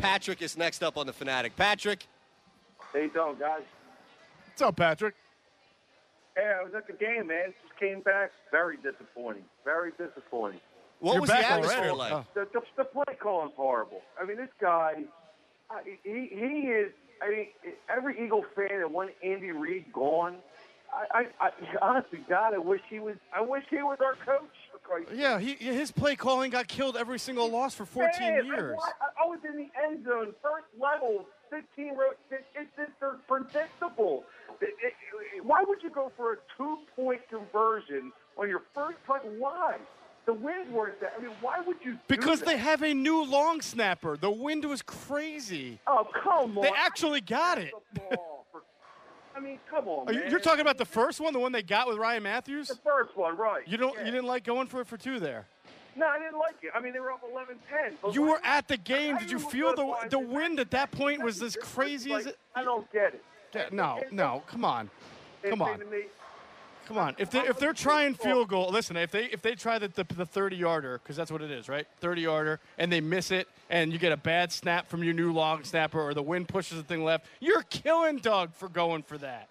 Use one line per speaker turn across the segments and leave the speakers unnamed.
Patrick is next up on the Fanatic. Patrick,
How you doing, guys?
What's up, Patrick?
Hey, I was at the game, man. Just came back. Very disappointing. Very disappointing.
what
You're
was
back
the atmosphere
already.
like?
Oh.
The, the, the play calling's horrible. I mean, this guy, I- he, he is. I mean, every Eagle fan that won Andy Reid gone. I, I, I honestly, God, I wish he was. I wish he was our coach. For Christ's sake.
Yeah, he, his play calling got killed every single loss for 14
Man,
years.
I, I- I was in the end zone, first level, 15 row. It, it's just they're predictable. It- it- it- why would you go for a two point conversion on your first punt? Why? The wind's worth that. I mean, why would you? do
Because
that?
they have a new long snapper. The wind was crazy.
Oh, come on.
They actually got it.
The ball for- I mean, come on,
Are you-
man.
You're talking about the first one, the one they got with Ryan Matthews?
the first one, right?
You don't
Yeah.
you didn't like going for it for two there.
No, I didn't like it. I mean, they were up 11-10. but
You
like-
were at the game.
I
Did you
was
feel the
gonna
the
watch it.
wind at that point was
It's
as
just
crazy as
like,
it?
I don't get it.
Yeah, No, no, come on,
They
come
say
on.
to me,
Come on, if they if they're trying field goal, listen. If they if they try the the, the thirty yarder, because that's what it is, right? Thirty yarder, and they miss it, and you get a bad snap from your new long snapper, or the wind pushes the thing left. You're killing Doug for going for that.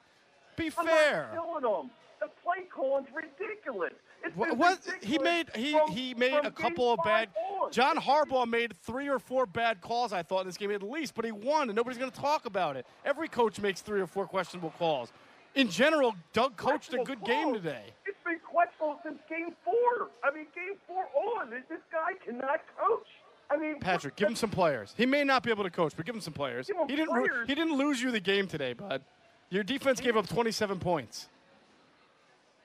Be
I'm
fair.
not killing them. The play calling's ridiculous. It's
Wha-
been
What he
ridiculous
made he
from-
he made
from
a
game
couple of
five
bad.
on.
John Harbaugh made three or four bad calls. I thought in this game at least, but he won, and nobody's going to talk about it. Every coach makes three or four questionable calls. In general, Doug coached a
Questionable
good game
calls.
today.
It's been questionable since game four. I mean, game four on. This, this guy cannot coach. I mean,
Patrick,
what
give
the-
him some players. He may not be able to coach, but give him some players.
Give him
he didn't. ru-
players.
he didn't lose you the game today, bud. Your defense gave up 27 points.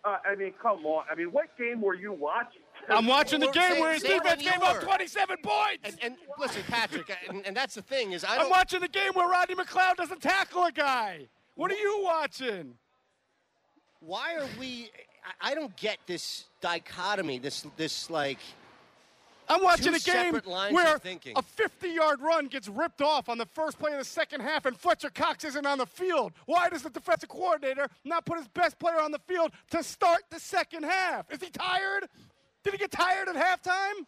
Uh, I mean, come on. I mean, what game were you watching?
I'm watching the
Well,
game
say-
where his
say where
defense
you
gave up
were.
27 points.
And, and listen, Patrick, and, and that's the thing is I
I'm
don't.
watching the game where Rodney McLeod doesn't tackle a guy. What are you watching?
why are we? I, I don't get this dichotomy. This this like
I'm
Two
watching a game
separate lines
where
of thinking.
a 50-yard run gets ripped off on the first play of the second half, and Fletcher Cox isn't on the field. Why does the defensive coordinator not put his best player on the field to start the second half? Is he tired? Did he get tired at halftime?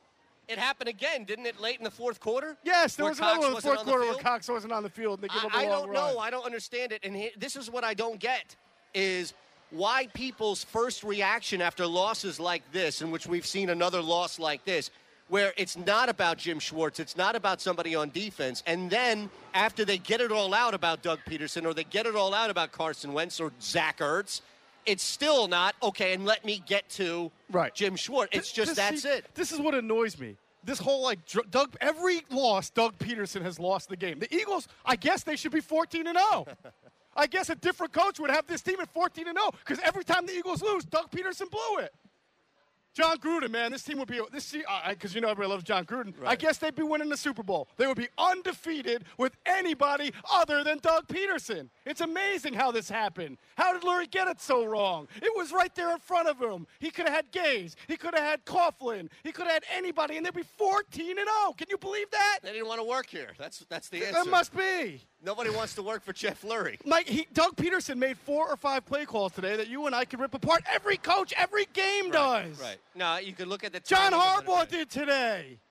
it happened again, didn't it? Late in the fourth quarter.
Yes, there
Where
was another
Cox
one in the
wasn't
fourth
on
quarter where
field?
Cox wasn't on the field, and they give him a
I, I
long
don't
run.
know. I don't understand it. And he, this is what I don't get is why people's first reaction after losses like this, in which we've seen another loss like this, where it's not about Jim Schwartz, it's not about somebody on defense, and then after they get it all out about Doug Peterson or they get it all out about Carson Wentz or Zach Ertz, it's still not okay. And let me get to
Right.
Jim Schwartz. It's
Th-
just
this-
that's it.
This is what annoys me. This whole like dr- Doug, every loss, Doug Peterson has lost the game. The Eagles, I guess they should be 14 and 0. I guess a different coach would have this team at 14 and 0 because every time the Eagles lose, Doug Peterson blew it. John Gruden, man, this team would be this because you know everybody loves John Gruden. I guess they'd be winning the Super Bowl. They would be undefeated with anybody other than Doug Peterson. It's amazing how this happened. How did Lurie get it so wrong? It was right there in front of him. He could have had Gaze. He could have had Coughlin. He could have had anybody, and they'd be 14 and 0. Can you believe that?
They didn't want to work here. That's that's the answer.
That must be.
Nobody wants to work for Jeff Lurie.
Mike, he, Doug Peterson made four or five play calls today that you and I could rip apart. Every coach, every game does.
Right. No, you could look at the
John
time of it,
Harbaugh
right.
did today.